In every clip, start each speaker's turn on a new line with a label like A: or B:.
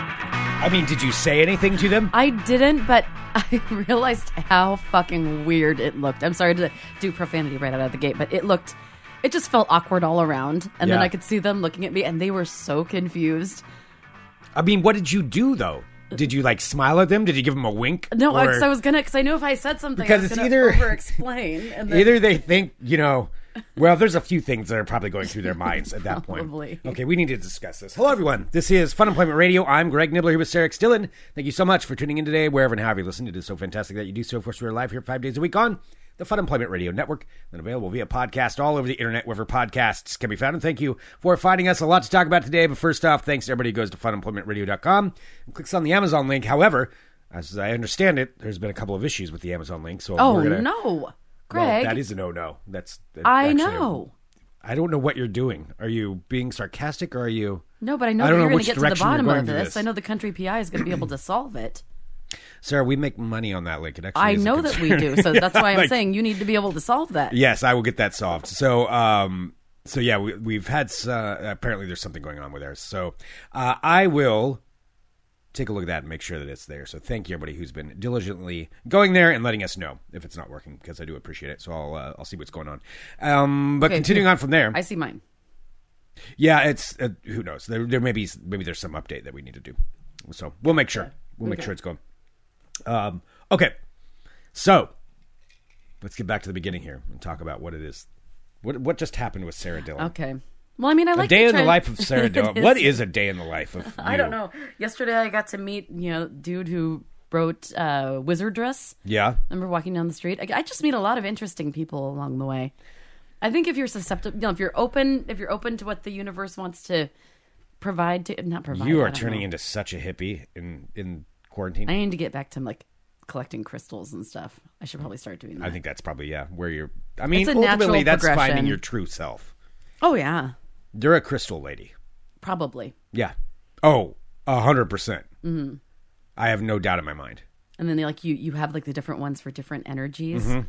A: I mean, did you say anything to them?
B: I didn't, but I realized how fucking weird it looked. I'm sorry to do profanity right out of the gate, but it looked, it just felt awkward all around. And then
A: Yeah.
B: I could see them looking at me, and they were so confused.
A: I mean, what did you do though? Did you like smile at them? Did you give them a wink?
B: No,
A: Or-
B: because I was gonna, because I knew if I said something,
A: Because
B: I was
A: it's
B: gonna
A: either-
B: over-explain. And then,
A: Either they think, you know, well, there's a few things that are probably going through their minds at that point.
B: Probably.
A: Okay, we need to discuss this. Hello, everyone. This is Fun Employment Radio. I'm Greg Nibbler here with Sarah X. Dillon. Thank you so much for tuning in today, wherever and however you listen. It is so fantastic that you do so. Of course, we're live here five days a week on the Fun Employment Radio Network and available via podcast all over the internet, wherever podcasts can be found. And thank you for finding us. A lot to talk about today. But first off, thanks to everybody who goes to funemploymentradio.com and clicks on the Amazon link. However, as I understand it, there's been a couple of issues with the Amazon link. So
B: oh
A: we're gonna,
B: no,
A: well,
B: Greg,
A: that is a no no. That's that-
B: I
A: actually a-
B: know.
A: I don't know what you're doing. Are you being sarcastic or are you?
B: No, but I know
A: I
B: that
A: don't know
B: you're going
A: which
B: to get to the
A: direction you're
B: bottom
A: going
B: of
A: to
B: this.
A: this.
B: I know the country PI is going to be able to solve it.
A: Sarah, we make money on that link. It actually
B: I
A: is a
B: know that we
A: concern.
B: do, so that's why I'm
A: Like-
B: saying you need to be able to solve that.
A: Yes, I will get that solved. So, um, so yeah, we, we've had. s- Uh, apparently, there's something going on with ours. So, uh, I will take a look at that and make sure that it's there. So, thank you everybody who's been diligently going there and letting us know if it's not working because I do appreciate it. So, I'll uh, I'll see what's going on. Um, but
B: Okay,
A: continuing
B: here.
A: on from there,
B: I see mine.
A: Yeah, it's uh, who knows. There, there may be maybe there's some update that we need to do. So we'll make sure. We'll make sure it's going. Um, okay, so let's get back to the beginning here and talk about what it is. What what just happened with Sarah Dillon?
B: Okay. Well, I mean, I
A: A
B: like
A: day
B: to
A: in the
B: try-
A: life of Sarah
B: It
A: Dillon.
B: is.
A: What is a day in the life of?
B: I
A: you?
B: don't know. Yesterday, I got to meet you know dude who wrote uh, Wizard Dress.
A: Yeah,
B: I remember walking down the street. I, I just meet a lot of interesting people along the way. I think if you're susceptible, you know, if you're open, if you're open to what the universe wants to provide to not provide.
A: you
B: I
A: are
B: don't
A: turning
B: know.
A: into such a hippie in in quarantine.
B: I need to get back to like collecting crystals and stuff. I should probably start doing that.
A: I think that's probably yeah where you're. I mean,
B: a
A: ultimately
B: natural
A: that's
B: progression.
A: finding your true self.
B: oh yeah,
A: You're a crystal lady.
B: probably.
A: Yeah. Oh, a hundred percent. Mm-hmm. I have no doubt in my mind.
B: And then they like you you have like the different ones for different energies
A: Mm-hmm.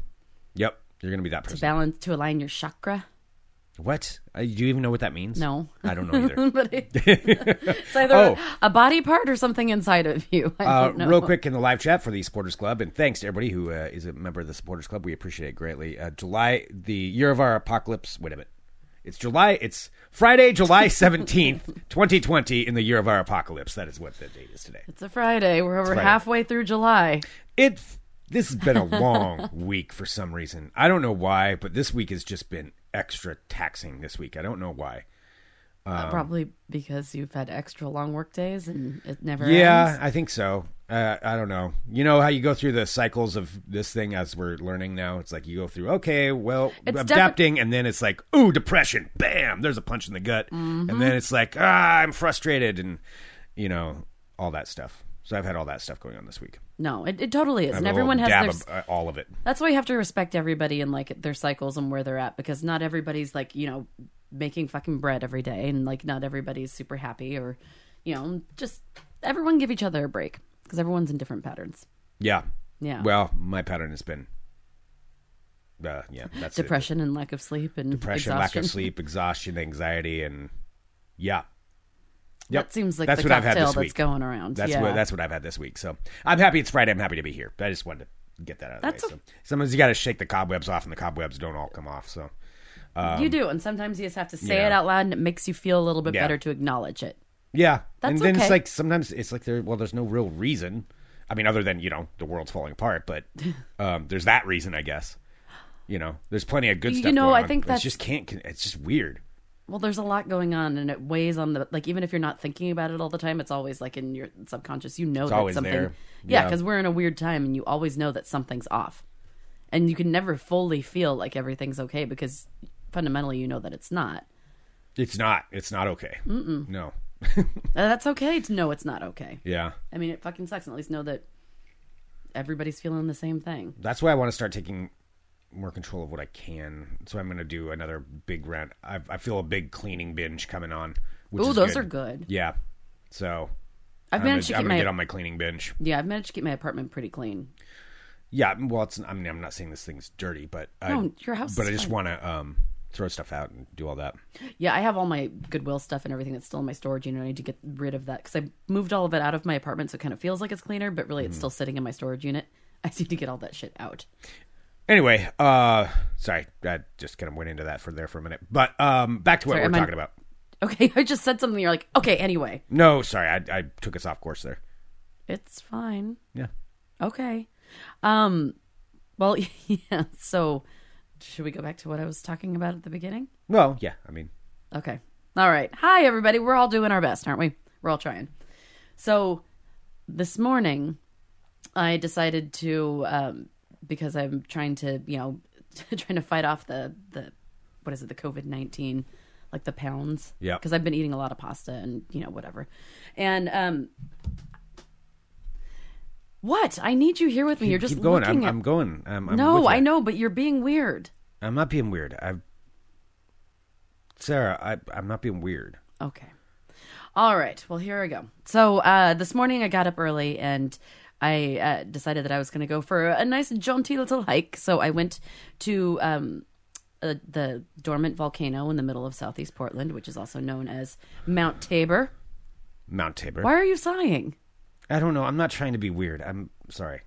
A: Yep, you're gonna be that person.
B: balance to align your chakra.
A: What? Uh, Do you even know what that means?
B: No.
A: I don't know either. Uh,
B: but it- it's either
A: Oh.
B: a body part or something inside of you. I
A: Uh,
B: don't know.
A: real quick in the live chat for the supporters club and thanks to everybody who uh, is a member of the supporters club we appreciate it greatly uh, july the year of our apocalypse wait a minute it's july it's friday july 17th 2020 in the year of our apocalypse that is what the date is today
B: It's a Friday. We're over
A: Friday.
B: halfway through July.
A: it this has been a long week for some reason. I don't know why, but this week has just been extra taxing this week. I don't know why. Um,
B: Uh, Probably because you've had extra long work days and it never
A: Yeah,
B: ends.
A: I think so. Uh, I don't know. You know how you go through the cycles of this thing as we're learning now? It's like you go through, okay, well,
B: It's
A: adapting, and then it's like, ooh, depression. Bam, there's a punch in the gut.
B: Mm-hmm.
A: And then it's like, ah, I'm frustrated and, you know, all that stuff. So I've had all that stuff going on this week.
B: No, it, it totally is.
A: I have
B: And
A: a little
B: everyone has
A: dab
B: their.
A: of, uh, all of it.
B: That's why you have to respect everybody and like their cycles and where they're at because not everybody's like, you know, making fucking bread every day and like not everybody's super happy or, you know, just everyone give each other a break because everyone's in different patterns.
A: Yeah.
B: Yeah.
A: Well, my pattern has been, uh, yeah, that's it.
B: Depression and lack of sleep and
A: Depression,
B: exhaustion.
A: lack of sleep, exhaustion, anxiety, and yeah. Yep.
B: That seems like
A: that's
B: the
A: what I've had
B: cocktail
A: this
B: that's
A: week.
B: going around.
A: That's
B: yeah.
A: what that's what I've had this week. So I'm happy it's Friday. I'm happy to be here. I just wanted to get that out of
B: That's
A: the way.
B: a-
A: So sometimes you got to shake the cobwebs off, and the cobwebs don't all come off. So
B: you do, and sometimes you just have to say it
A: know.
B: out loud, and it makes you feel a little bit
A: um, Yeah.
B: better to acknowledge it.
A: yeah, and
B: That's
A: then it's
B: okay.
A: like sometimes it's like there. Well, there's no real reason. I mean, other than you know the world's falling apart, but um, there's that reason, I guess. You know, there's plenty of good
B: You
A: stuff.
B: know,
A: going
B: I
A: on.
B: think
A: It's
B: that's-
A: just can't. con- It's just weird.
B: Well, there's a lot going on, and it weighs on the like. Even if you're not thinking about it all the time, it's always like in your subconscious. You know that
A: always
B: something.
A: there.
B: Yeah,
A: Yeah.
B: because we're in a weird time, and you always know that something's off, and you can never fully feel like everything's okay because fundamentally you know that it's not.
A: It's not. It's not okay. Mm-mm. No.
B: Uh, That's okay to know it's not okay.
A: Yeah.
B: I mean, it fucking sucks, and at least know that everybody's feeling the same thing.
A: That's why I want to start taking more control of what I can. So I'm going to do another big rant. I, I feel a big cleaning binge coming on. Which
B: Ooh,
A: is
B: those
A: good.
B: are good.
A: Yeah. So
B: I've
A: I'm going
B: managed
A: to
B: to keep my
A: get on my cleaning binge.
B: yeah, I've managed to keep my apartment pretty clean.
A: Yeah. Well, it's. I mean, I'm not saying this thing's dirty, but I,
B: No, your house
A: But
B: is
A: I just
B: fine.
A: want to um throw stuff out and do all that.
B: Yeah, I have all my Goodwill stuff and everything that's still in my storage. You know, I need to get rid of that because I moved all of it out of my apartment, so it kind of feels like it's cleaner, but really it's still sitting in my storage unit. I just need to get all that shit out.
A: Anyway, uh, sorry, I just kind of went into that for there for a minute. But um, back to what
B: Sorry,
A: we're
B: am I-
A: talking about.
B: Okay, I just said something. You're like, okay, anyway,
A: No, sorry, I, I took us off course there.
B: it's fine.
A: Yeah.
B: Okay. Um. Well, yeah. So, should we go back to what I was talking about at the beginning?
A: Well, yeah, I mean,
B: Okay. All right. Hi, everybody. We're all doing our best, aren't we? We're all trying. So this morning, I decided to um, because I'm trying to you know trying to fight off the the what is it the COVID nineteen like the pounds
A: Yeah.
B: because I've been eating a lot of pasta and you know whatever and um. What? I need you here with me. You're just
A: keep going.
B: looking
A: I'm,
B: at.
A: I'm going. I'm, I'm with
B: no,
A: ya.
B: I know, but you're being weird.
A: I'm not being weird. I, Sarah, I, I'm not being weird.
B: Okay. All right. Well, here I go. So uh, this morning I got up early and I uh, decided that I was going to go for a nice jaunty little hike. So I went to um, uh, the dormant volcano in the middle of southeast Portland, which is also known as Mount Tabor.
A: Mount Tabor.
B: Why are you sighing?
A: I don't know. I'm not trying to be weird. I'm sorry.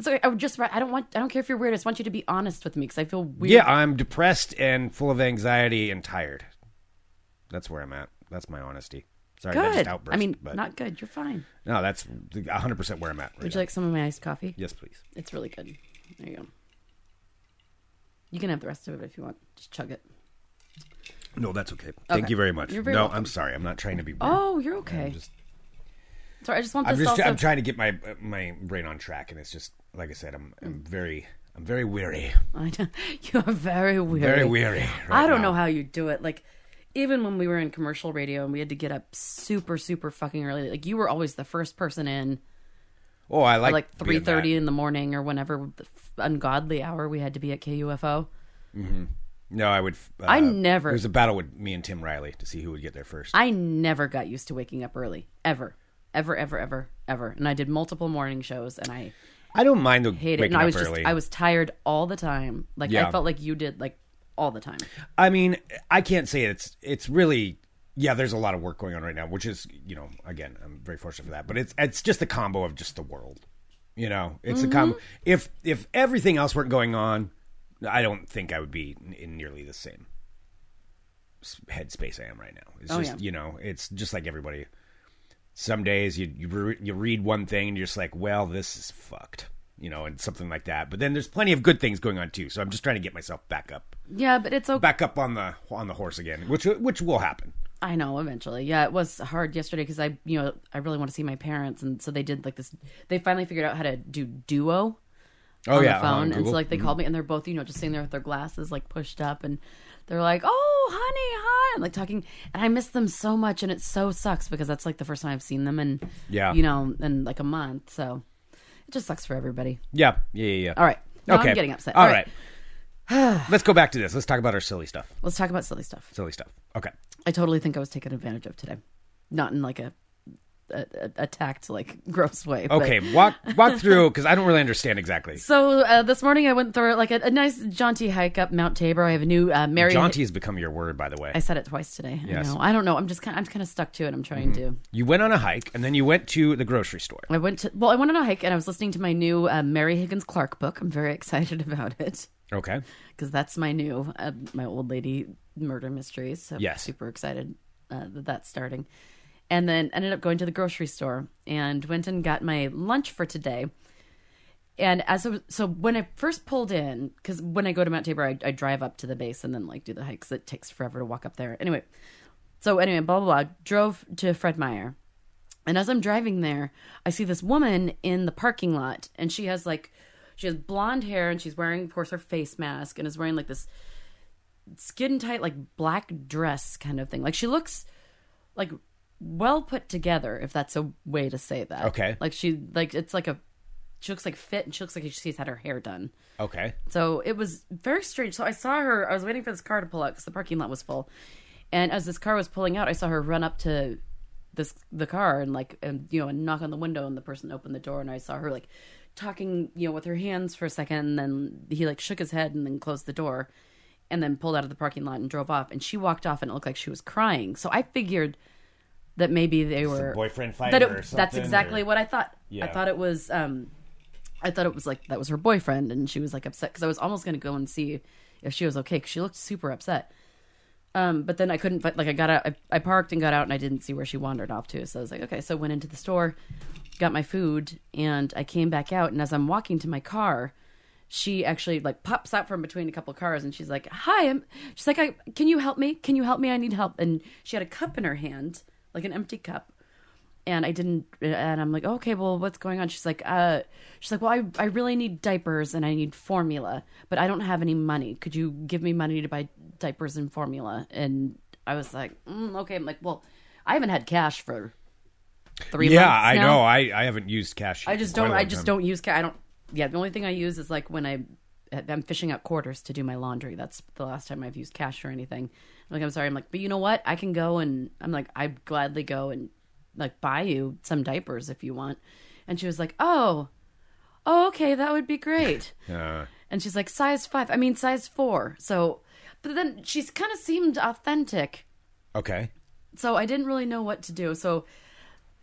B: So I would just I don't want I don't care if you're weird. I just want you to be honest with me because I feel weird.
A: Yeah, I'm depressed and full of anxiety and tired. That's where I'm at. That's my honesty. Sorry, that
B: good.
A: just outburst.
B: I mean,
A: but
B: not good. You're fine.
A: no, that's 100 percent where I'm at. Right
B: Would
A: now.
B: you like some of my iced coffee?
A: yes, please.
B: It's really good. There you go. You can have the rest of it if you want. Just chug it.
A: No, that's okay. Thank
B: Okay.
A: you very much.
B: You're very
A: no,
B: welcome.
A: I'm sorry. I'm not trying to be. Weird.
B: Oh, you're okay.
A: just-
B: Sorry, I just want
A: I'm
B: this
A: just.
B: also.
A: I'm trying to get my my brain on track, and it's just like I said. I'm
B: Mm.
A: I'm very I'm very weary.
B: I know. You are very weary.
A: Very weary. right
B: I don't
A: now.
B: know how you do it. Like, even when we were in commercial radio and we had to get up super, super fucking early, like you were always the first person in,
A: Oh, I like
B: like three
A: being that.
B: thirty in the morning or whenever the f- ungodly hour we had to be at KUFO.
A: No, I would. Uh,
B: I never-
A: It was a battle with me and Tim Riley to see who would get there first.
B: I never got used to waking up early, ever, ever, ever, ever, ever. And I did multiple morning shows, and I
A: I don't mind the
B: hated.
A: waking
B: it. And I
A: up
B: was
A: early.
B: just, I was tired all the time. Like
A: Yeah.
B: I felt like you did, like all the time.
A: I mean, I can't say it's it's really yeah. There's a lot of work going on right now, which is you know again I'm very fortunate for that. But it's it's just the combo of just the world, you know. It's a combo.
B: Mm-hmm.
A: If if everything else weren't going on, I don't think I would be in- in nearly the same s- headspace I am right now. It's
B: Oh,
A: just
B: yeah.
A: you know it's just like everybody. Some days you you, re- you read one thing and you're just like, well, this is fucked. You know, and something like that. But then there's plenty of good things going on too. So I'm just trying to get myself back up
B: Yeah, but it's okay.
A: back up on the on the horse again, which which will happen.
B: I know eventually. Yeah, it was hard yesterday because I, you know, I really want to see my parents, and so they did like this. They finally figured out how to do Duo
A: Oh
B: on the phone, and so like they called me, and they're both, you know, just sitting there with their glasses like pushed up, and they're like, "Oh, honey, hi," and like talking, and I miss them so much, and it so sucks because that's like the first time I've seen them, and
A: Yeah.
B: you know, in like a month, so it just sucks for everybody.
A: yeah, yeah, yeah. yeah.
B: All right, no,
A: okay.
B: I'm getting upset.
A: All right. Let's go back to this. Let's talk about our silly stuff.
B: let's talk about silly stuff.
A: Silly stuff. Okay.
B: I totally think I was taken advantage of today, not in like a. A, a, a tact like gross way. but-
A: Okay. Walk walk through because I don't really understand exactly.
B: So uh, this morning I went through like a, a nice jaunty hike up Mount Tabor. I have a new uh, Mary.
A: Jaunty has become your word, by the way.
B: I said it twice today.
A: Yes. Mm-hmm.
B: I know. I don't know. I'm just kind. Of, I'm kind of stuck to it. I'm trying to.
A: You went on a hike and then you went to the grocery store.
B: I went to. Well, I went on a hike and I was listening to my new uh, Mary Higgins Clark book. I'm very excited about it
A: Okay.
B: because that's my new uh, my old lady murder mysteries. So
A: Yes.
B: super excited uh, that that's starting. And then ended up going to the grocery store and went and got my lunch for today. And as I was, so when I first pulled in, because when I go to Mount Tabor, I, I drive up to the base and then like do the hikes. It takes forever to walk up there. Anyway, so anyway, blah blah blah. Drove to Fred Meyer, and as I'm driving there, I see this woman in the parking lot, and she has like, she has blonde hair, and she's wearing, of course, her face mask, and is wearing like this skin tight like black dress kind of thing. Like she looks like well put together, if that's a way to say that.
A: Okay.
B: Like she like it's like a she looks like fit and she looks like she's had her hair done.
A: Okay.
B: So it was very strange. So I saw her. I was waiting for this car to pull out because the parking lot was full, and as this car was pulling out, I saw her run up to this the car and like and you know and knock on the window, and the person opened the door, and I saw her like talking you know with her hands for a second, and then he like shook his head and then closed the door, and then pulled out of the parking lot and drove off. And she walked off and it looked like she was crying. So I figured that maybe they were
A: boyfriend
B: that
A: fighter
B: it-
A: or something.
B: That's exactly
A: or-
B: what I thought. I
A: Yeah.
B: thought it was. um I thought it was like that was her boyfriend, and she was like upset because I was almost going to go and see if she was okay because she looked super upset. Um, but then I couldn't. But like I got out, I, I parked and got out, and I didn't see where she wandered off to. So I was like, okay. So I went into the store, got my food, and I came back out. And as I'm walking to my car, she actually like pops out from between a couple cars, and she's like, "Hi, I'm." She's like, "I can you help me? Can you help me? I need help." And she had a cup in her hand, like an empty cup, and I didn't. And I'm like, okay, well, what's going on? She's like, uh, she's like, well, I I really need diapers and I need formula, but I don't have any money. Could you give me money to buy diapers and formula? And I was like, mm, okay. I'm like, well, I haven't had cash for three.
A: Yeah,
B: months
A: I
B: now.
A: know. I, I haven't used cash.
B: I just don't. I just don't use. Ca- I don't. Yeah, the only thing I use is like when I I'm fishing out quarters to do my laundry. That's the last time I've used cash or anything. I'm like I'm sorry. I'm like, but you know what? I can go and I'm like I would gladly go and like buy you some diapers if you want. And she was like, oh, oh, okay, that would be great.
A: don't. Uh,
B: And she's like, size five. I mean, size four. So, but then she's kind of seemed authentic
A: okay.
B: so I didn't really know what to do. So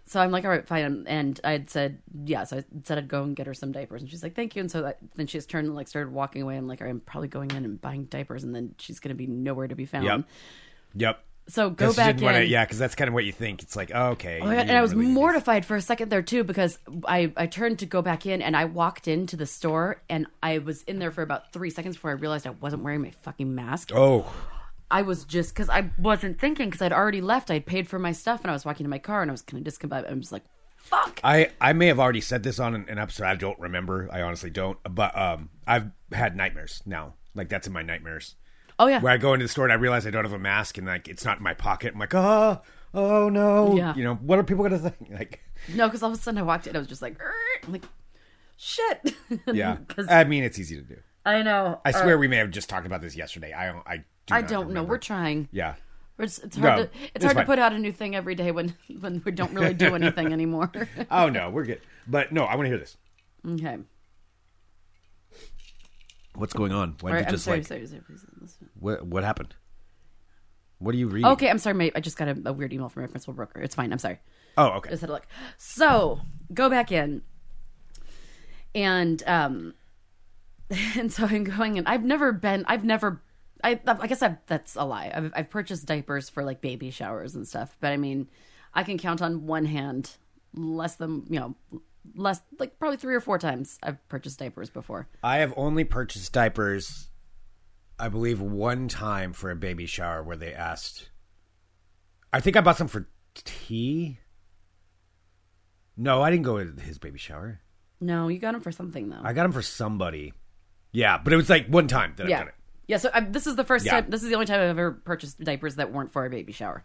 B: so I'm like, all right, fine. And I had said, yeah. So I said I'd go and get her some diapers, and she's like, thank you. And so that, then she just turned and like started walking away. I'm like, all right, I'm probably going in and buying diapers, and then she's gonna be nowhere to be found.
A: Yep. Yep.
B: So go
A: 'Cause you
B: back
A: didn't
B: in.
A: wanna- yeah, because that's kind of what you think. It's like, oh, okay.
B: Oh my God, and I was mortified for a second there too because I, I turned to go back in and I walked into the store and I was in there for about three seconds before I realized I wasn't wearing my fucking mask.
A: Oh,
B: I was just because I wasn't thinking because I'd already left. I'd paid for my stuff and I was walking to my car and I was kind of discombobulated. I'm just like, fuck.
A: I, I may have already said this on an, an episode. I don't remember. I honestly don't. But um, I've had nightmares now. Like that's in my nightmares.
B: Oh yeah,
A: Where I go into the store and I realize I don't have a mask and like it's not in my pocket. I'm like, oh, oh no.
B: Yeah.
A: You know what are people gonna think? Like,
B: no, because all of a sudden I walked in. I was just like, "Err," I'm like, shit.
A: yeah.
B: 'Cause
A: I mean, it's easy to do.
B: I know.
A: I swear we may have just talked about this yesterday. I don't. I do.
B: I
A: not
B: don't know.
A: remember.
B: We're trying.
A: Yeah.
B: We're just, it's hard
A: No,
B: to it's,
A: it's
B: hard
A: fine.
B: to put out a new thing every day when when we don't really do anything anymore.
A: Oh no, we're good. But no, I want to hear this.
B: okay.
A: What's going on? Why did
B: All right.
A: you
B: I'm
A: just
B: sorry,
A: like
B: sorry, sorry, please, listen.
A: what? What happened? What are you reading?
B: Okay, I'm sorry. mate. I just got a, a weird email from my principal broker. It's fine. I'm sorry.
A: Oh, okay.
B: just had a look. So go back in, and um, and so I'm going in. I've never been. I've never. I I guess I've, that's a lie. I've, I've purchased diapers for like baby showers and stuff, but I mean, I can count on one hand less than you know, less like probably three or four times I've purchased diapers before.
A: I have only purchased diapers, I believe, one time for a baby shower where they asked. I think I bought some for tea. No, I didn't go to his baby shower.
B: No, you got them for something though.
A: I got them for somebody. Yeah, but it was like one time that I've
B: yeah.
A: done it.
B: Yeah, so I, this is the first
A: Yeah.
B: time. This is the only time I've ever purchased diapers that weren't for a baby shower.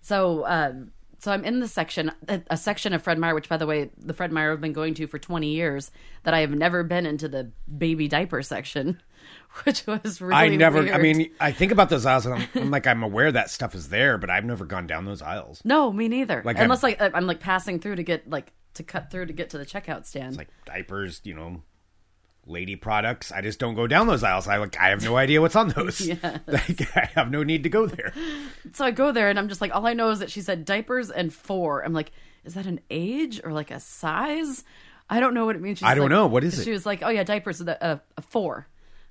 B: So, um, so I'm in the section, a, a section of Fred Meyer, which, by the way, the Fred Meyer I've been going to for 20 years, that I have never been into the baby diaper section, which was really.
A: I never. I
B: weird.
A: mean, I think about those aisles, and I'm, I'm like, I'm aware that stuff is there, but I've never gone down those aisles.
B: no, me neither.
A: Like,
B: Unless like I- I'm like passing through to get like to cut through to get to the checkout stand.
A: Like diapers, you know, lady products. I just don't go down those aisles. I like, I have no idea what's on those. Like, I have no need to go there.
B: so I go there and I'm just like, all I know is that she said diapers and four. I'm like, is that an age or like a size? I don't know what it means. She's
A: I don't
B: like-
A: know. What is it?
B: She was like, oh yeah, diapers with a, a, a four,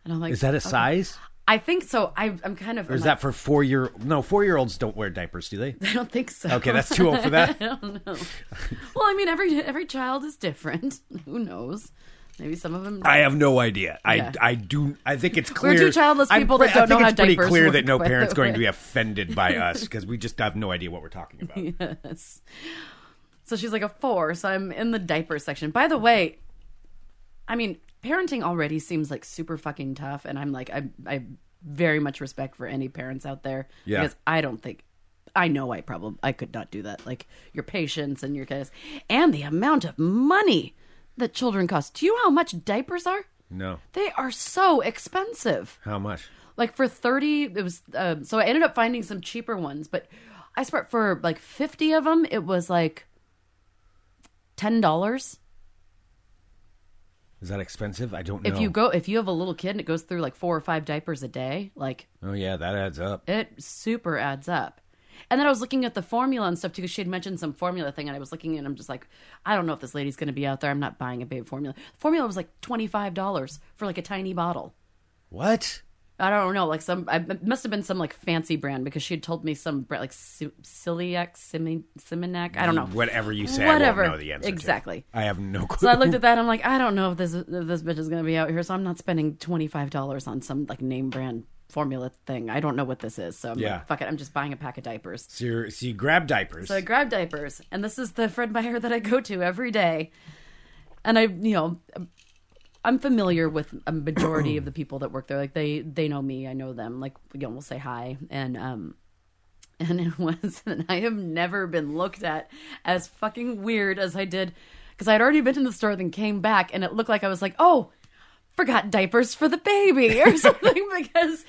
B: and I'm like,
A: Is that a
B: okay.
A: size?
B: I think so. I, I'm kind of.
A: Or is that for four year? No, four year olds don't wear diapers, do they?
B: I don't think so.
A: Okay, that's too old for that.
B: I don't know. well, I mean, every every child is different. Who knows? Maybe some of them.
A: I have no idea. I
B: Yeah.
A: I do. I think it's clear.
B: two childless
A: I'm
B: people
A: pre-
B: that don't
A: I think
B: know how
A: it's pretty
B: diapers
A: clear
B: work,
A: that no
B: by the
A: parent's going to
B: way.
A: be offended by us because we just have no idea what we're talking about.
B: Yes. So she's like a four. So I'm in the diaper section. By the way, I mean, parenting already seems like super fucking tough, and I'm like, I, I very much respect for any parents out there
A: Yeah.
B: because I don't think. I know I probably I could not do that. Like your patience and your guys, and the amount of money that children cost. Do you know how much diapers are?
A: No,
B: They are so expensive
A: how much?
B: like for 30 it was um, so i ended up finding some cheaper ones but i spent for like 50 of them it was like $10
A: Is that expensive? I don't know.
B: If you go, if you have a little kid and it goes through like four or five diapers a day, like
A: oh yeah, that adds up.
B: it super adds up. And then I was looking at the formula and stuff too, because she had mentioned some formula thing, and I was looking and I'm just like, I don't know if this lady's going to be out there. I'm not buying a baby formula. Formula was like twenty five dollars for like a tiny bottle.
A: What?
B: I don't know, like some. I it must have been some like fancy brand because she had told me some brand like Su- Celiac Simi- Similac. I don't know.
A: Whatever you say, I
B: Whatever.
A: won't know the answer. to.
B: Exactly.
A: I have no clue.
B: So I looked at that. and I'm like, I don't know if this if this bitch is gonna be out here, so I'm not spending twenty five dollars on some like name brand formula thing. I don't know what this is, so I'm
A: Yeah.
B: like, fuck it. I'm just buying a pack of diapers.
A: so, you're, so you grab diapers.
B: So I grab diapers, and this is the Fred Meyer that I go to every day, and I, you know, I'm familiar with a majority of the people that work there. Like they, they know me, I know them. Like you know, we'll say hi, and um, and it was, and I have never been looked at as fucking weird as I did, because I had already been in the store, then came back, and it looked like I was like, oh, forgot diapers for the baby or something, because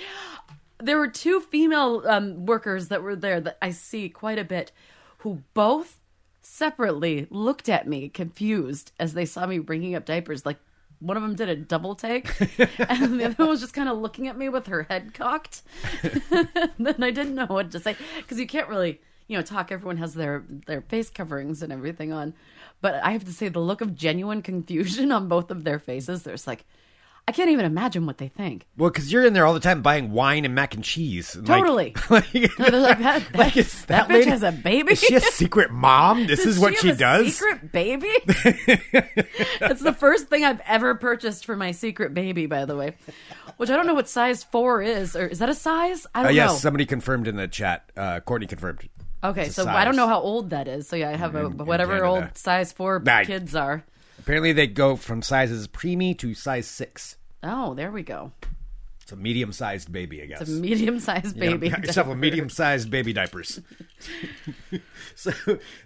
B: there were two female um, workers that were there that I see quite a bit who both separately looked at me confused as they saw me bringing up diapers. Like one of them did a double take, and the other one was just kind of looking at me with her head cocked. then I didn't know what to say because you can't really. You know, talk. Everyone has their their face coverings and everything on, but I have to say the look of genuine confusion on both of their faces. There's like, I can't even imagine what they think.
A: well, because you're in there all the time buying wine and mac and cheese. and, like-
B: Totally.
A: Like,
B: No, they're like that.
A: like,
B: that,
A: is that,
B: that, bitch
A: lady-
B: has a baby.
A: Is she a secret mom? This
B: Does
A: is what she
B: have a
A: does.
B: Secret baby. That's the first thing I've ever purchased for my secret baby. By the way, which I don't know what size four is, or is that a size? I
A: Uh,
B: don't
A: yes,
B: know.
A: somebody confirmed in the chat. Uh, Courtney confirmed.
B: okay, so I
A: size. Mm,
B: don't know how old that is. So yeah, I have a, whatever
A: Canada.
B: old size four
A: Right.
B: kids are.
A: Apparently, they go from sizes preemie to size six.
B: Oh, there we go.
A: It's a medium-sized baby, I guess.
B: It's a medium-sized
A: You know,
B: baby.
A: got yourself a medium-sized baby diapers. so,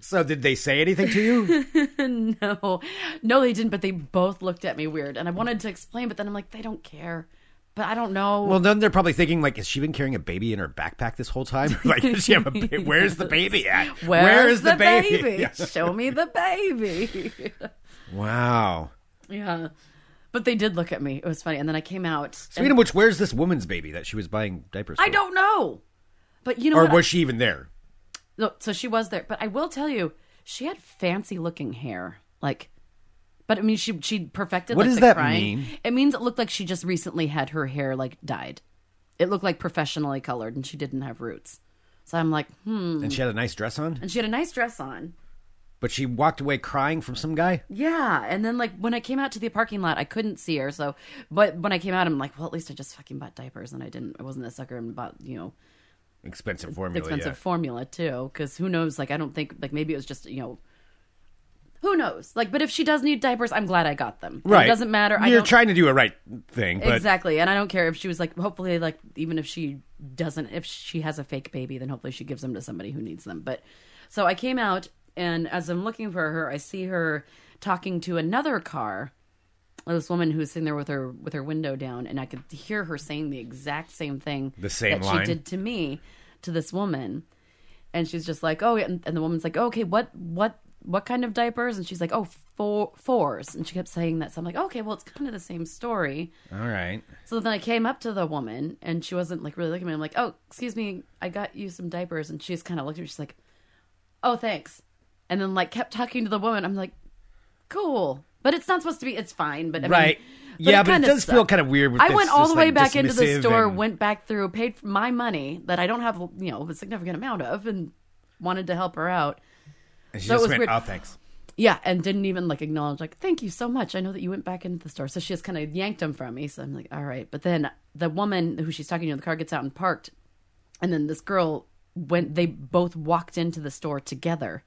A: so did they say anything to you?
B: no, no, they didn't. But they both looked at me weird, and I wanted to explain, but then I'm like, they don't care. But I don't know.
A: well, then they're probably thinking like, has she been carrying a baby in her backpack this whole time? like, does she have a? Ba- where's the baby at?
B: Where's
A: the, baby?
B: Show me the baby.
A: Wow.
B: yeah. But they did look at me. It was funny. And then I came out. and-
A: Speaking of which, where's this woman's baby that she was buying diapers?
B: I
A: for?
B: don't know. But you know
A: Or
B: what?
A: was she even there?
B: No, so she was there. But I will tell you, she had fancy looking hair. Like, but I mean, she she perfected.
A: What
B: like,
A: does
B: the
A: that
B: crying.
A: mean?
B: It means it looked like she just recently had her hair like dyed. It looked like professionally colored, and she didn't have roots. So I'm like, hmm.
A: And she had a nice dress on.
B: And she had a nice dress on.
A: but she walked away crying from some guy.
B: Yeah, and then like when I came out to the parking lot, I couldn't see her. So, but when I came out, I'm like, well, at least I just fucking bought diapers, and I didn't. I wasn't a sucker and bought you know
A: Expensive formula.
B: expensive
A: yeah.
B: formula too, because who knows? Like, I don't think like maybe it was just you know. Who knows? Like, but if she does need diapers, I'm glad I got them.
A: right.
B: It doesn't matter. I
A: You're
B: don't,
A: trying to do a right thing, but
B: exactly, and I don't care if she was like. Hopefully, like even if she doesn't, if she has a fake baby, then hopefully she gives them to somebody who needs them. But so I came out, and as I'm looking for her, I see her talking to another car. This woman who's sitting there with her with her window down, and I could hear her saying the exact same thing
A: The same
B: that
A: line?
B: she did to me to this woman, and she's just like, "Oh," and, and the woman's like, "Okay, what what what kind of diapers?" And she's like, "Oh, four fours," and she kept saying that. So I'm like, "Okay, well, it's kind of the same story."
A: all right.
B: So then I came up to the woman and she wasn't like really looking at me. I'm like, oh, excuse me, I got you some diapers. And she just kind of looked at me. She's like, oh, thanks. And then like kept talking to the woman. I'm like, cool. But it's not supposed to be, it's fine. But I
A: Right.
B: Mean,
A: Yeah, but it
B: kinda
A: does feel
B: sucked.
A: kinda weird with
B: I
A: this-
B: went all
A: this,
B: the way
A: like,
B: back into the
A: dismissive
B: store,
A: and-
B: went back through, paid for my money that I don't have, you know, a significant amount of, and wanted to help her out.
A: And she
B: So it
A: just
B: was
A: went,
B: weird.
A: "Oh, thanks."
B: Yeah, and didn't even like acknowledge, like, thank you so much. I know that you went back into the store. So she just kind of yanked them from me. So I'm like, all right. But then the woman who she's talking to, the car gets out and parked. And then this girl went, they both walked into the store together.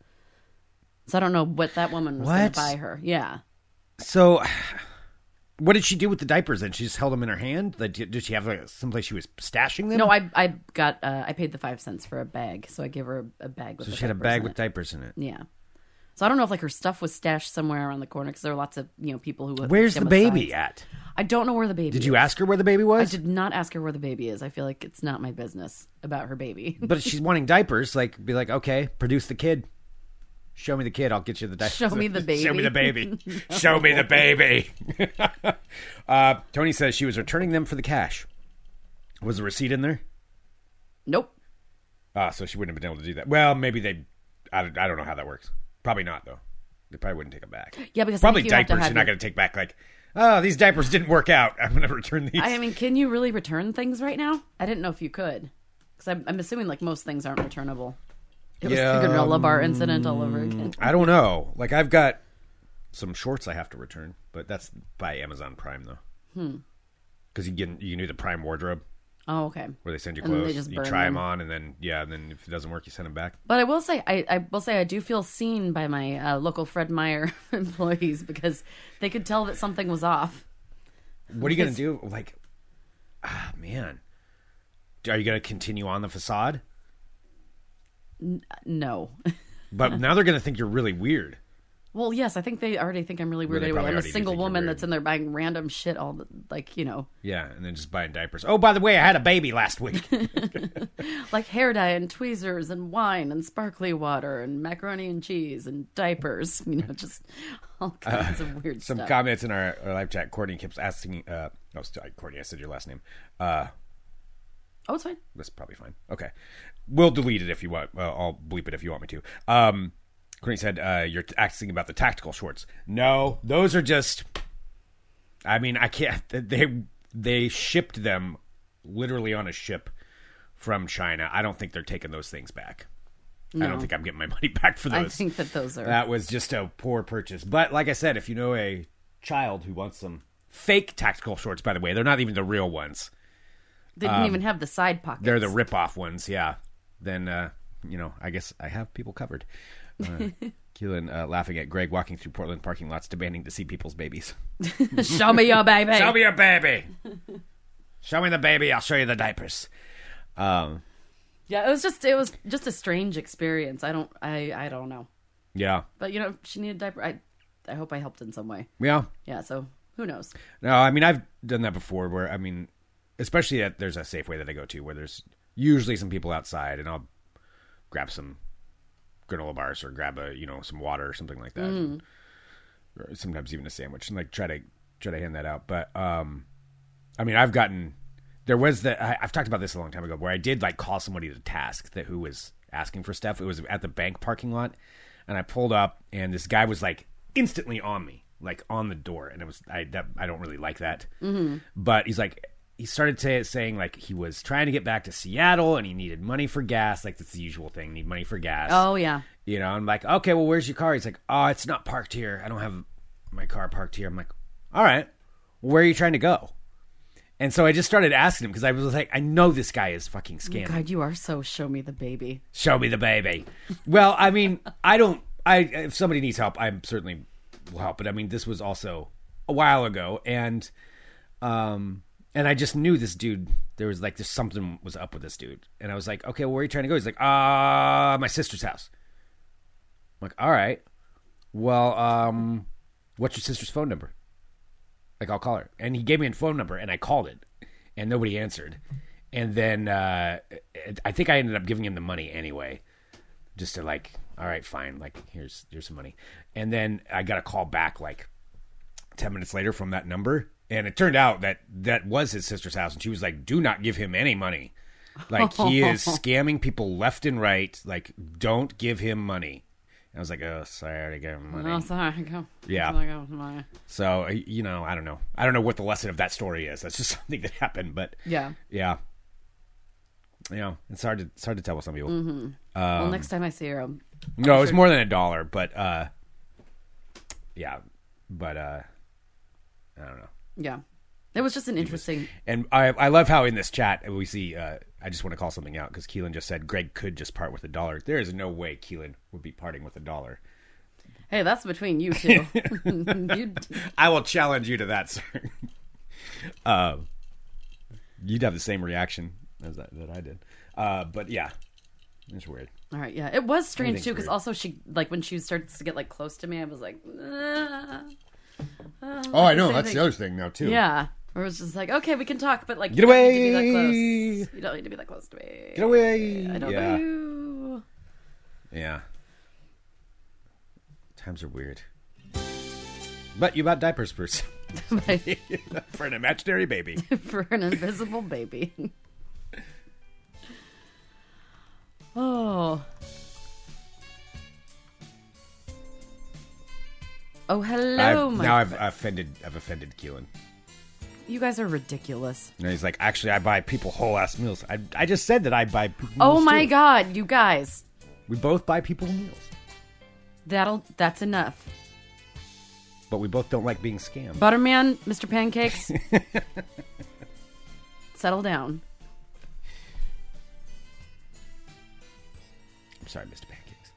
B: So I don't know what that woman was going
A: What?
B: to buy her. Yeah.
A: So, what did she do with the diapers? Then she just held them in her hand. Like, did did she have like, someplace she was stashing them?
B: No, I I got, uh, I paid the five cents for a bag. So I gave her a, a bag with
A: So
B: the
A: she had a
B: diapers
A: bag
B: in
A: with
B: it.
A: diapers in it.
B: Yeah. So I don't know if like her stuff was stashed somewhere around the corner because there are lots of, you know, people who.
A: Where's the
B: scam
A: baby
B: asides.
A: at?
B: I don't know where the baby
A: Did
B: is.
A: you ask her where the baby
B: I
A: was?
B: did not ask her where the baby is. I feel like it's not my business about her baby.
A: But if she's wanting diapers, like, be like, okay, produce the kid. Show me the kid. I'll get you the dice.
B: Show me the
A: Show me
B: baby.
A: the baby. Show me the baby. uh, Tony says she was returning them for the cash. Was the receipt in there?
B: Nope.
A: Ah, so she wouldn't have been able to do that. Well, maybe they. I, don't- I don't know how that works. Probably not though. They probably wouldn't take them back.
B: Yeah, because I
A: probably
B: think you have
A: diapers.
B: to
A: You're
B: have
A: not
B: your-
A: going to take back like. Oh, these diapers didn't work out. I'm going to return these.
B: I mean, can you really return things right now? I didn't know if you could, because I'm, I'm assuming like most things aren't returnable. It was
A: Yeah,
B: the granola bar incident all over again.
A: I don't know. Like I've got some shorts I have to return, but that's by Amazon Prime though. Hmm. Because you can you can do the Prime wardrobe
B: Oh, okay.
A: where they send you
B: And then they
A: clothes,
B: just
A: you
B: burn
A: try them
B: them.
A: on, and then yeah, and then if it doesn't work, you send them back.
B: But I will say, I, I will say, I do feel seen by my uh, local Fred Meyer employees because they could tell that something was off.
A: What are you gonna do? Like, ah man, are you gonna continue on the facade?
B: No.
A: But now they're gonna think you're really weird.
B: Well, yes, I think they already think I'm really weird.
A: they
B: anyway.
A: probably
B: I'm a
A: already do
B: single
A: think you're
B: woman
A: weird.
B: that's in there buying random shit all the, like, you know,
A: Yeah, and then just buying diapers. Oh, by the way, I had a baby last week.
B: like hair dye and tweezers and wine and sparkly water and macaroni and cheese and diapers, you know, just all kinds of weird
A: Uh, some
B: stuff.
A: comments in our, our live chat. Courtney keeps asking. Uh, no, sorry, Courtney, I said your last name. Uh,
B: oh, it's fine.
A: That's probably fine. Okay. We'll delete it if you want. Well, I'll bleep it if you want me to. Um, Courtney said, uh, you're asking about the tactical shorts. No, those are just, I mean, I can't, they, they shipped them literally on a ship from China. I don't think they're taking those things back. I don't think I'm getting my money back for
B: I
A: those. Uh,
B: think that those are.
A: that was just a poor purchase. But like I said, if you know a child who wants some fake tactical shorts, by the way, they're not even the real ones
B: they didn't even have the side pockets.
A: um, they're the rip-off ones yeah then uh you know i guess i have people covered uh, keelan uh, laughing at greg walking through portland parking lots demanding to see people's babies
B: Show me your baby.
A: show me your baby show me the baby i'll show you the diapers um
B: Yeah, it was just it was just a strange experience. I don't I I don't know.
A: yeah
B: But you know, if she needed diaper. I I hope I helped in some way.
A: yeah
B: Yeah, so who knows?
A: no i mean i've done that before where i mean especially at there's a safeway that i go to where there's usually some people outside and i'll grab some granola bars or grab a you know some water or something like that or sometimes even a sandwich and like try to try to hand that out but um i mean i've gotten there was the I, i've talked about this a long time ago where i did like call somebody to task that who was asking for stuff it was at the bank parking lot and i pulled up and this guy was like instantly on me like on the door and it was i that, i don't really like that but he's like he started say, saying like he was trying to get back to seattle and he needed money for gas like that's the usual thing need money for gas
B: Oh yeah.
A: you know, I'm like, okay, well, where's your car? He's like, oh, it's not parked here. I don't have my car parked here. I'm like, all right, where are you trying to go? And so I just started asking him because I was like, I know this guy is fucking scamming.
B: God, you are so show me the baby.
A: Show me the baby. well, I mean, I don't. I if somebody needs help, I certainly will help. But I mean, this was also a while ago, and um, and I just knew this dude. There was like, there's something was up with this dude, and I was like, okay, where are you trying to go? He's like, ah, my sister's house. I'm like, all right. Well, um, what's your sister's phone number? Like, I'll call her. And he gave me a phone number, and I called it, and nobody answered. And then uh, I think I ended up giving him the money anyway, just to like, all right, fine, like here's here's some money. And then I got a call back like ten minutes later from that number, and it turned out that that was his sister's house, and she was like, "Do not give him any money." Like he is scamming people left and right. Like, don't give him money. And I was like, "Oh, sorry, I already gave him money."
B: Oh sorry. Go.
A: Yeah.
B: Oh, my God, my-
A: So uh, you know, I don't know. I don't know what the lesson of that story is. That's just something that happened, but
B: Yeah.
A: yeah, yeah. It's hard to it's hard to tell with some people.
B: well, next time I see her, um,
A: No, it's more than a dollar, but uh, yeah, but uh, I don't know.
B: yeah. It was just an interesting.
A: And I I love how in this chat we see. Uh, I just want to call something out because Keelan just said Greg could just part with a dollar. There is no way Keelan would be parting with a dollar.
B: Hey, that's between you two. you,
A: I will challenge you to that, sir. uh, you'd have the same reaction as that, that I did. Uh, but yeah, it's weird.
B: all right, yeah. It was strange
A: Everything's
B: too, because
A: weird.
B: also she like when she starts to get like close to me, I was like, "Ah."
A: Oh, I know.
B: same
A: That's
B: thing.
A: the other thing now too.
B: yeah. Or it was just like, okay, we can talk, but like,
A: Get
B: you don't
A: away.
B: need to be that close. You don't need to be that close to me.
A: Get away.
B: I don't
A: yeah.
B: know you.
A: Yeah. Times are weird. But you bought diapers first for an imaginary baby.
B: for an invisible baby. oh. Oh, hello,
A: I've-
B: my.
A: now I've offended. I've offended Keelan.
B: you guys are ridiculous.
A: And he's like, actually, I buy people whole ass meals. I, I just said that I buy. People
B: Oh
A: meals
B: my
A: too.
B: god, you guys.
A: We both buy people meals,
B: That'll. That's enough.
A: but we both don't like being scammed.
B: Butterman, Mr. Pancakes. settle down.
A: I'm sorry, Mr. Pancakes.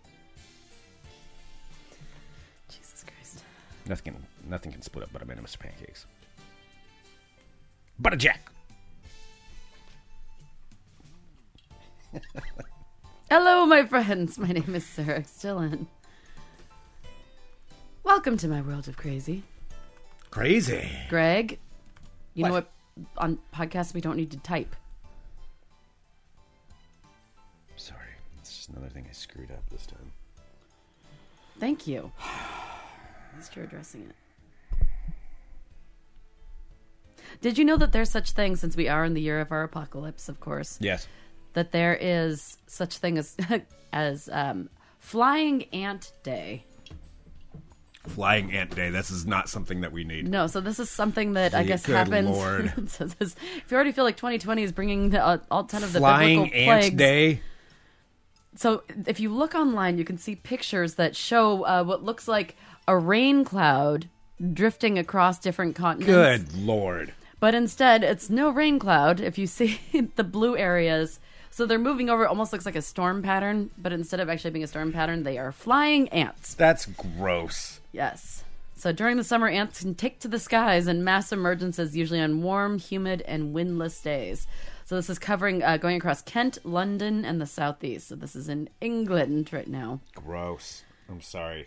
B: Jesus Christ.
A: Nothing, can- nothing can split up but a man and Mr. Pancakes. But a jack.
B: Hello, my friends. My name is Sarah Stillen. Welcome to my world of crazy.
A: Crazy.
B: Greg, you know
A: What?
B: what? On podcasts, we don't need to type.
A: Sorry, it's just another thing I screwed up this time.
B: Thank you. At least you're addressing it. Did you know that there's such thing, since we are in the year of our apocalypse, of course,
A: Yes.
B: that there is such thing as as um, Flying Ant Day?
A: Flying Ant Day. This is not something that we need.
B: No, so this is something that I
A: Gee,
B: guess
A: good
B: happens.
A: lord.
B: so this, if you already feel like 2020 is bringing the, uh, all ten of the
A: Flying
B: biblical
A: Ant
B: plagues,
A: Day.
B: so if you look online, you can see pictures that show uh, what looks like a rain cloud drifting across different continents.
A: Good lord.
B: But instead, it's no rain cloud. If you see the blue areas, so they're moving over. It almost looks like a storm pattern, but instead of actually being a storm pattern, they are flying ants.
A: That's gross.
B: Yes. So during the summer, ants can take to the skies in mass emergences, usually on warm, humid, and windless days. So this is covering uh, going across Kent, London, and the southeast. So this is in England right now.
A: Gross. I'm sorry.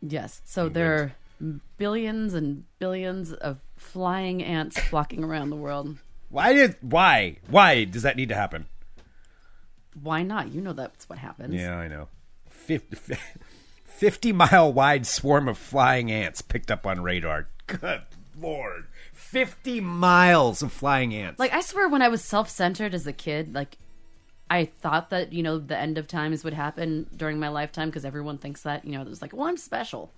B: Yes. So there are billions and billions of flying ants flocking around the world.
A: Why did why why does that need to happen?
B: Why not? You know that's what happens.
A: Yeah, I know. 50, 50 mile wide swarm of flying ants picked up on radar. Good lord. 50 miles of flying ants.
B: Like I swear, when I was self-centered as a kid, like I thought that you know the end of times would happen during my lifetime because everyone thinks that you know there's like, well, I'm special.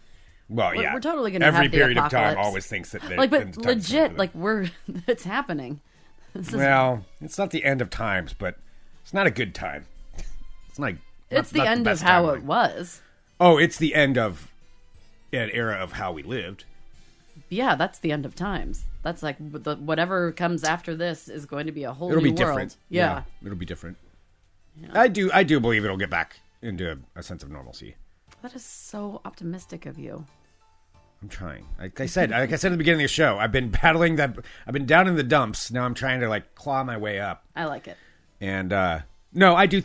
A: well,
B: we're-
A: yeah.
B: we're totally gonna
A: Every
B: have the
A: period of time
B: apocalypse.
A: always thinks that they're
B: like
A: the
B: but
A: time's coming to
B: legit
A: them.
B: like we're it's happening this is,
A: Well, it's not the end of times, but it's not a good time. It's not not-
B: it's the
A: not
B: end of
A: best
B: how
A: timeline.
B: it was
A: Oh, it's the end of an era of how we lived.
B: yeah that's the end of times that's like w- the, whatever comes after this is going to be a whole
A: It'll
B: new
A: be
B: world
A: different.
B: yeah.
A: it'll be different. I do, I do believe it'll get back into a, a sense of normalcy.
B: that is so optimistic of you
A: I'm trying. Like I said, like I said at the beginning of the show, I've been battling that. I've been down in the dumps. Now I'm trying to like claw my way up.
B: i like it
A: And uh no, I do.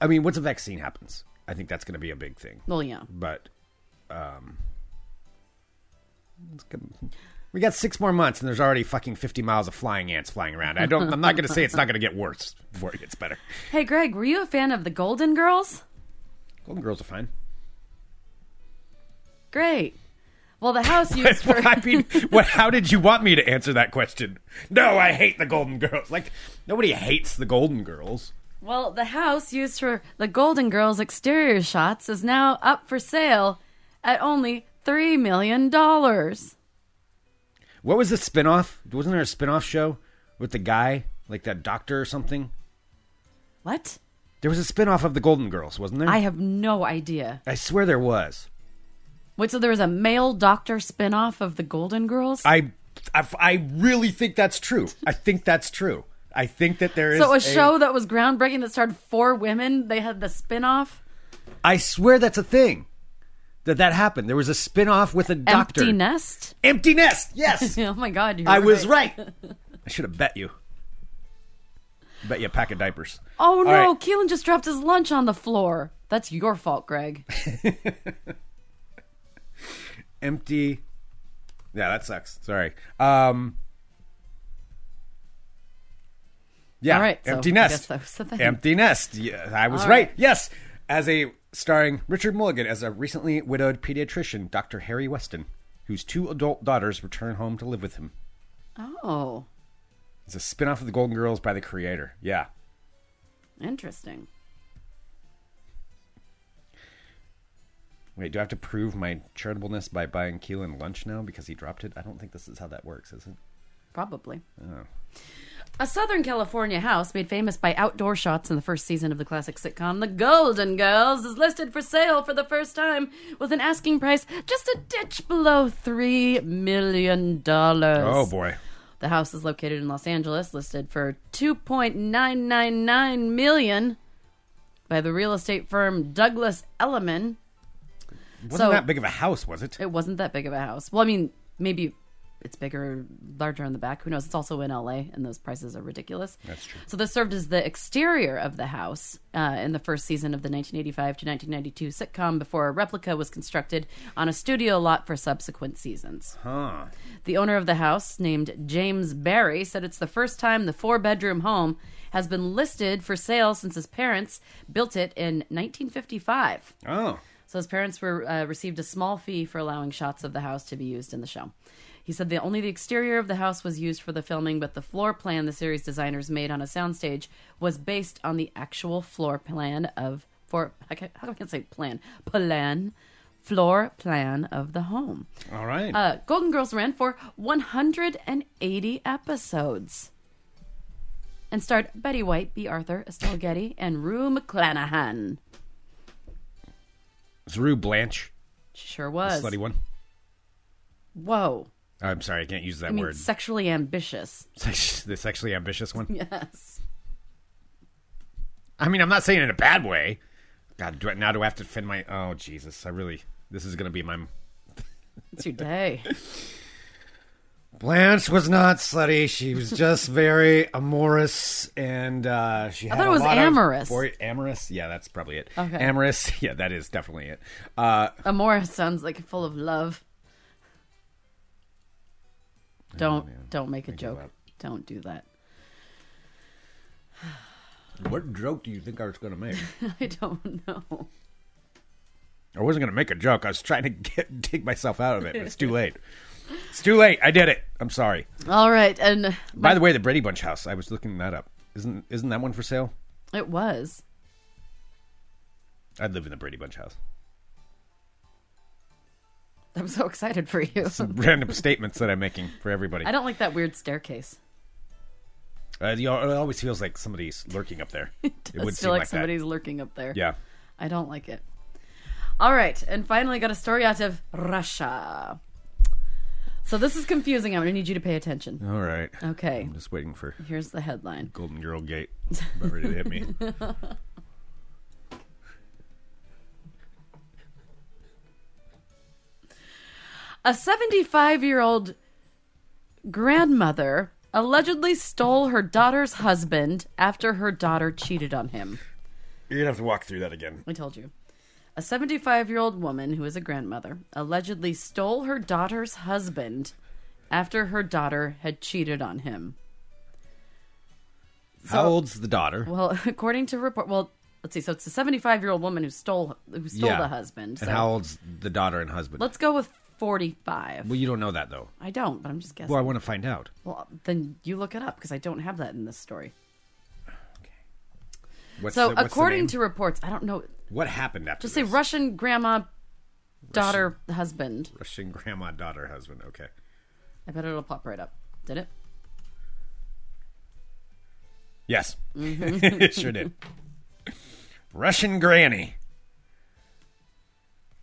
A: I mean, once a vaccine happens, I think that's going to be a big thing.
B: well yeah
A: but um, it's gonna- we got six more months, and there's already fucking fifty miles of flying ants flying around. I don't. I'm not going to say it's not going to get worse before it gets better.
B: hey greg were you a fan of the golden girls
A: Golden Girls are fine.
B: great well the house used for
A: I mean, what? How did you want me to answer that question? No, I hate the Golden Girls. Like nobody hates the Golden Girls.
B: well the house used for the golden girls exterior shots is now up for sale at only three million dollars
A: What was the spinoff? Wasn't there a spinoff show with the guy like that doctor or something?
B: what
A: There was a spinoff of the Golden Girls, wasn't there?
B: I have no idea.
A: I swear there was.
B: Wait, so there was a male doctor spinoff of the Golden Girls?
A: I, I, I really think that's true. I think that's true. I think that there is
B: so a show that was groundbreaking that starred four women, they had the spinoff
A: I swear that's a thing. That that happened. There was a spin-off with a doctor.
B: Empty Nest?
A: Empty nest. Yes.
B: Oh my god, you're
A: I was right. I should have bet you. Bet you a pack of diapers.
B: Oh no,
A: right.
B: Keelan just dropped his lunch on the floor. That's your fault, Greg.
A: Empty. Yeah, that sucks. Sorry. Um. Yeah.
B: All right, so
A: Empty
B: I
A: nest.
B: guess that was the thing.
A: Empty nest. Yeah, I was
B: All
A: right.
B: right.
A: Yes. As a starring Richard Mulligan as a recently widowed pediatrician, Dr. Harry Weston, whose two adult daughters return home to live with him.
B: Oh,
A: It's a spin off of The Golden Girls by the creator. Yeah.
B: interesting.
A: Wait, do I have to prove my charitableness by buying Keelan lunch now because he dropped it? I don't think this is how that works, is it?
B: Probably.
A: Oh.
B: A Southern California house made famous by outdoor shots in the first season of the classic sitcom The Golden Girls is listed for sale for the first time with an asking price just a ditch below $3 million.
A: Oh, boy.
B: The house is located in Los Angeles, listed for 2.999 million by the real estate firm Douglas Elliman.
A: Wasn't
B: So-
A: that big of a house, was it?
B: It wasn't that big of a house. Well, I mean, maybe it's bigger, larger in the back. Who knows? It's also in LA, and those prices are ridiculous.
A: That's true.
B: So this served as the exterior of the house uh, in the first season of the 1985 to 1992 sitcom before a replica was constructed on a studio lot for subsequent seasons.
A: Huh.
B: The owner of the house, named James Barry, said it's the first time the four bedroom home has been listed for sale since his parents built it in 1955.
A: Oh.
B: So his parents were uh, received a small fee for allowing shots of the house to be used in the show. He said that only the exterior of the house was used for the filming, but the floor plan the series designers made on a soundstage was based on the actual floor plan of for I can't, how come I can't say plan plan floor plan of the home.
A: All right.
B: Uh, Golden Girls ran for 180 episodes and starred Betty White, B. Arthur, Estelle Getty, and Rue McClanahan.
A: it's Rue Blanche,
B: She sure
A: the
B: was.
A: slutty one.
B: Whoa.
A: I'm sorry, I can't use that
B: I mean,
A: word.
B: sexually ambitious.
A: Sex- the sexually ambitious one.
B: Yes.
A: I mean, I'm not saying it in a bad way. God, do I, now do I have to defend my? Oh Jesus, I really. This is gonna be my.
B: It's your day.
A: Blanche was not slutty. She was just very amorous, and uh, she. Had
B: thought it
A: a
B: was
A: lot of
B: amorous.
A: boy- amorous, yeah, that's probably it.
B: Okay.
A: Amorous, yeah, that is definitely it. Uh,
B: Amora sounds like full of love. Don't don't make a joke.
A: about
B: Don't do that.
A: what joke do you think I was gonna make?
B: I don't know.
A: I wasn't gonna make a joke. I was trying to get dig myself out of it. But it's too late. It's too late. I did it. I'm sorry.
B: All right, and
A: By the way, the Brady Bunch house. I was looking that up. Isn't isn't that one for sale?
B: it was.
A: I'd live in the Brady Bunch house.
B: I'm so excited for you.
A: Some random statements that I'm making for everybody.
B: I don't like that weird staircase.
A: Uh, you know, it always feels like somebody's lurking up there. It,
B: I feel like, somebody's lurking up there.
A: that. Yeah.
B: I don't like it. All right, and finally got a story out of Russia. So this is confusing. I'm going to need you to pay attention.
A: All right.
B: Okay,
A: I'm just waiting for
B: here's the headline.
A: Golden Girl Gate about ready to hit me.
B: A 75 year old grandmother allegedly stole her daughter's husband after her daughter cheated on him.
A: You're gonna have to walk through that again.
B: I told you. A 75 year old woman who is a grandmother allegedly stole her daughter's husband after her daughter had cheated on him.
A: How old's the daughter?
B: Well, according to report, well, let's see. So it's a 75 year old woman who stole who stole the husband. So
A: And how old's the daughter and husband?
B: let's go with 45.
A: well, you don't know that though.
B: I don't, but I'm just guessing.
A: Well, I want to find out.
B: well, then you look it up because I don't have that in this story.
A: What's
B: So,
A: the- what's the
B: according
A: name?
B: to reports, I don't know.
A: what happened after
B: Just say
A: this?
B: Russian grandma, daughter, husband.
A: Russian grandma, daughter, husband. Okay.
B: I bet it'll pop right up. Did it?
A: Yes,
B: Mm-hmm.
A: it sure did. Russian granny.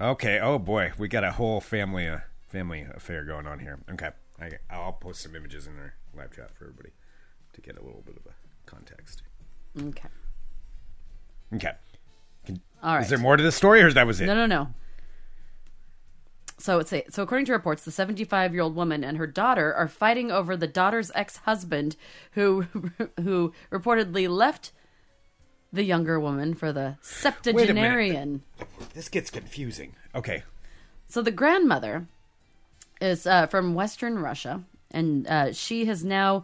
A: Okay. Oh boy, we got a whole family uh, family affair going on here. Okay, I, I'll post some images in our live chat for everybody to get a little bit of a context.
B: Okay.
A: Okay. Can-
B: All right.
A: Is there more to this story, or is that was it?
B: No, no, no. So it's a, so according to reports, the 75 year old woman and her daughter are fighting over the daughter's ex husband, who who reportedly left the younger woman for the septuagenarian.
A: This gets confusing. Okay.
B: So the grandmother is uh, from Western Russia, and uh, she has now,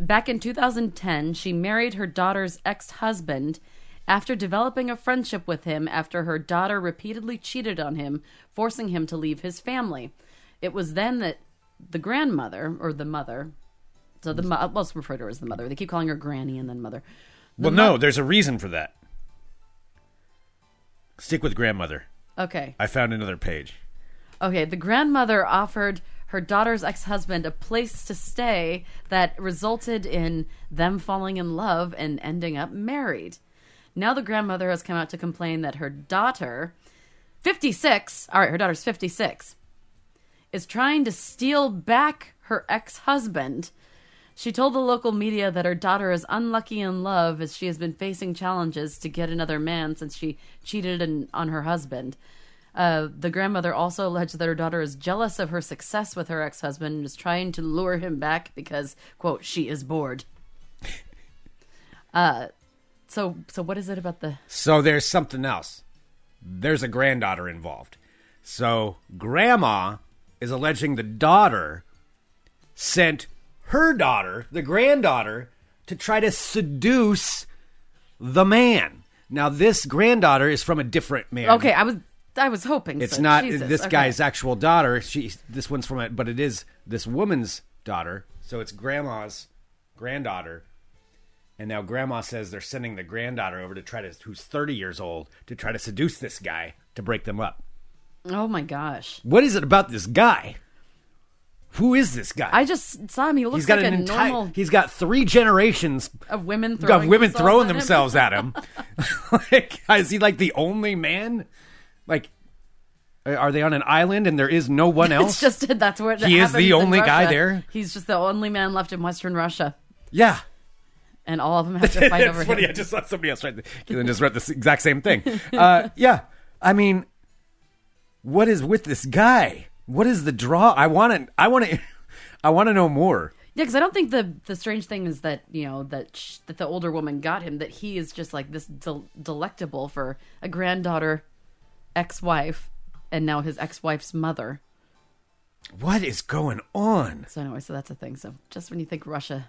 B: back in 2010, she married her daughter's ex husband After developing a friendship with him after her daughter repeatedly cheated on him, forcing him to leave his family. It was then that the grandmother, or the mother, so the mo- well, it's referred to her as the mother. They keep calling her granny and then mother.
A: Well, no, there's a reason for that. Stick with grandmother.
B: Okay.
A: I found another page.
B: Okay, the grandmother offered her daughter's ex husband a place to stay that resulted in them falling in love and ending up married. Now the grandmother has come out to complain that her daughter, 56, all right, her daughter's 56, is trying to steal back her ex husband. She told the local media that her daughter is unlucky in love as she has been facing challenges to get another man since she cheated in, on her husband. Uh, the grandmother also alleged that her daughter is jealous of her success with her ex husband and is trying to lure him back because, quote, she is bored. uh, so, so what is it about the?
A: So there's something else. There's a granddaughter involved. So grandma is alleging the daughter sent her daughter, the granddaughter, to try to seduce the man. Now this granddaughter is from a different man.
B: Okay, I was, I was hoping
A: It's
B: so.
A: not
B: Jesus,
A: this
B: okay.
A: guy's actual daughter. She this one's from it, but it is this woman's daughter. So it's grandma's granddaughter. And now grandma says they're sending the granddaughter over to try to who's 30 years old to try to seduce this guy to break them up.
B: Oh my gosh!
A: What is it about this guy? Who is this guy?
B: I just saw him. He looks
A: he's got
B: like
A: an
B: a
A: entire
B: normal
A: he's got three generations
B: of women throwing
A: of women
B: themselves
A: throwing
B: at him.
A: themselves at him. like, is he like the only man? Like are they on an island and there is no one else?
B: It's just that's where it
A: He is the
B: happens in
A: only guy
B: Russia.
A: there?
B: He's just the only man left in Western Russia,
A: Yeah.
B: and all of them have to fight
A: That's
B: over
A: funny.
B: him.
A: I just saw somebody else write. Keelan just wrote this exact same thing. Uh, yeah. I mean, what is with this guy? What is the draw? I want to. I want to. I want to know more.
B: Yeah, because I don't think the the strange thing is that you know that sh- that the older woman got him. That he is just like this del- delectable for a granddaughter, ex wife, and now his ex wife's mother.
A: What is going on?
B: So anyway, so that's a thing. So just when you think Russia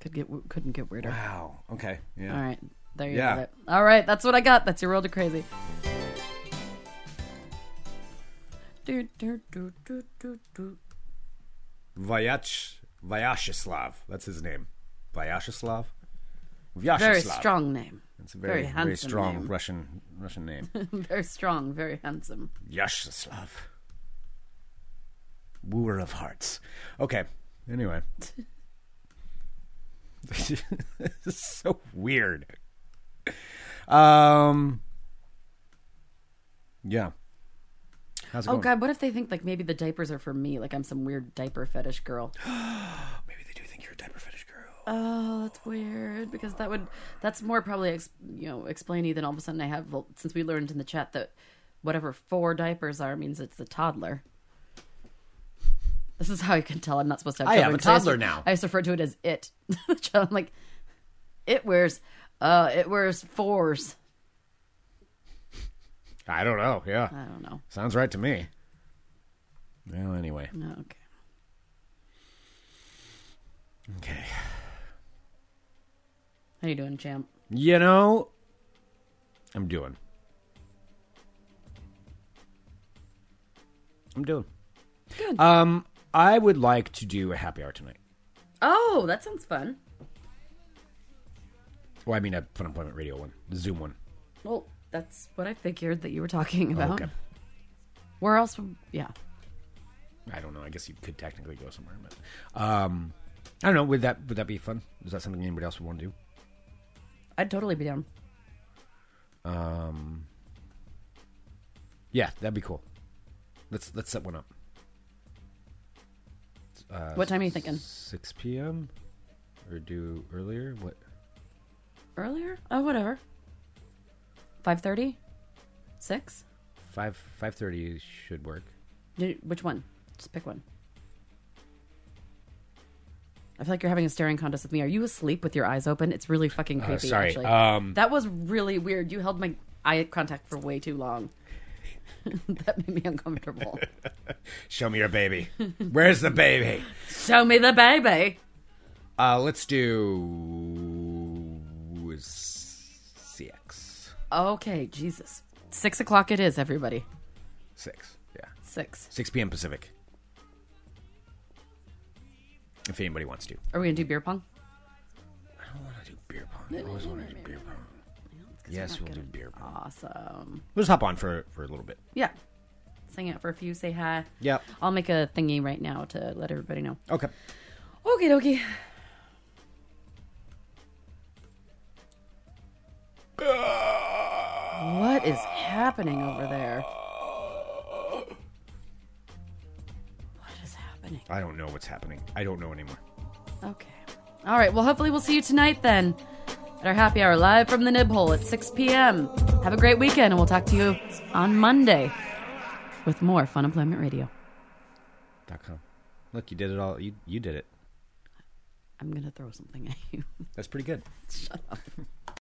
B: could get w- couldn't get weirder.
A: Wow. Okay. Yeah.
B: All right, there you
A: Yeah.
B: have it. All right, that's what I got. That's your world of crazy. Do, do, do, do, do, do.
A: Vyach Vyashislav. That's his name. Vyashislav. Vyashislav.
B: Very strong name.
A: It's a very,
B: very
A: very,
B: handsome
A: strong
B: name.
A: Russian Russian name.
B: Very strong, very handsome.
A: Vyashislav. Wooer of hearts. Okay. Anyway. this is so weird. Um Yeah. How's it
B: Oh
A: going?
B: god, what if they think like maybe the diapers are for me? Like I'm some weird diaper fetish girl.
A: Maybe they do think you're a diaper fetish girl.
B: Oh, that's weird because that would that's more probably ex, you know explainy than all of a sudden I have well, since we learned in the chat that whatever four diapers are means it's a toddler. This is how you can tell I'm not supposed to have
A: I have a
B: children, 'cause just-
A: toddler now.
B: I just refer to it as it. So I'm like it wears uh it wears fours.
A: I don't know. Yeah.
B: I don't know.
A: Sounds right to me. Well, anyway.
B: No, Oh, okay. Mm.
A: Okay.
B: How you doing, champ?
A: You know, I'm doing. I'm doing.
B: Good.
A: Um, I would like to do a happy hour tonight.
B: Oh, that sounds fun.
A: Well, I mean, a Fun Employment Radio one, the Zoom one.
B: Well, that's what I figured that you were talking
A: Oh,
B: about.
A: okay.
B: Where else? would- Yeah.
A: I don't know. I guess you could technically go somewhere, but um, I don't know. Would that would that be fun? Is that something anybody else would want to do?
B: I'd totally be down.
A: Um, yeah, that'd be cool. Let's let's set one up. Uh,
B: what time are you thinking?
A: Six p.m. or do earlier? What?
B: Earlier? Oh, whatever. 5.30? 6?
A: Five five thirty should work.
B: Do- Which one? Just pick one. I feel like you're having a staring contest with me. Are you asleep with your eyes open? It's really fucking creepy,
A: Uh, sorry.
B: actually.
A: Um,
B: that was really weird. You held my eye contact for way too long. that made me uncomfortable.
A: Show me your baby. Where's the baby?
B: Show me the baby.
A: Uh, let's do CX.
B: Okay, Jesus. Six o'clock it is, everybody.
A: Six. Yeah.
B: Six.
A: 6 p.m. Pacific. If anybody wants to.
B: Are we gonna do beer pong?
A: I don't want to do beer pong. I always want to do beer pong. Yes, we'll do beer pong.
B: Awesome.
A: We'll just hop on for, for a little bit.
B: Yeah. Let's hang out for a few. Say hi.
A: Yep.
B: I'll make a thingy right now to let everybody know.
A: Okay.
B: Okie dokie.
A: Uh,
B: What is happening over there? What is happening?
A: I don't know what's happening. I don't know anymore.
B: Okay. All right. Well, hopefully, we'll see you tonight then at our happy hour live from the Nib Hole at 6 p.m. Have a great weekend, and we'll talk to you on Monday with more Fun Employment Radio.
A: Dot com. Look, you did it all. You you did it.
B: I'm going to throw something at you.
A: That's pretty good.
B: Shut up.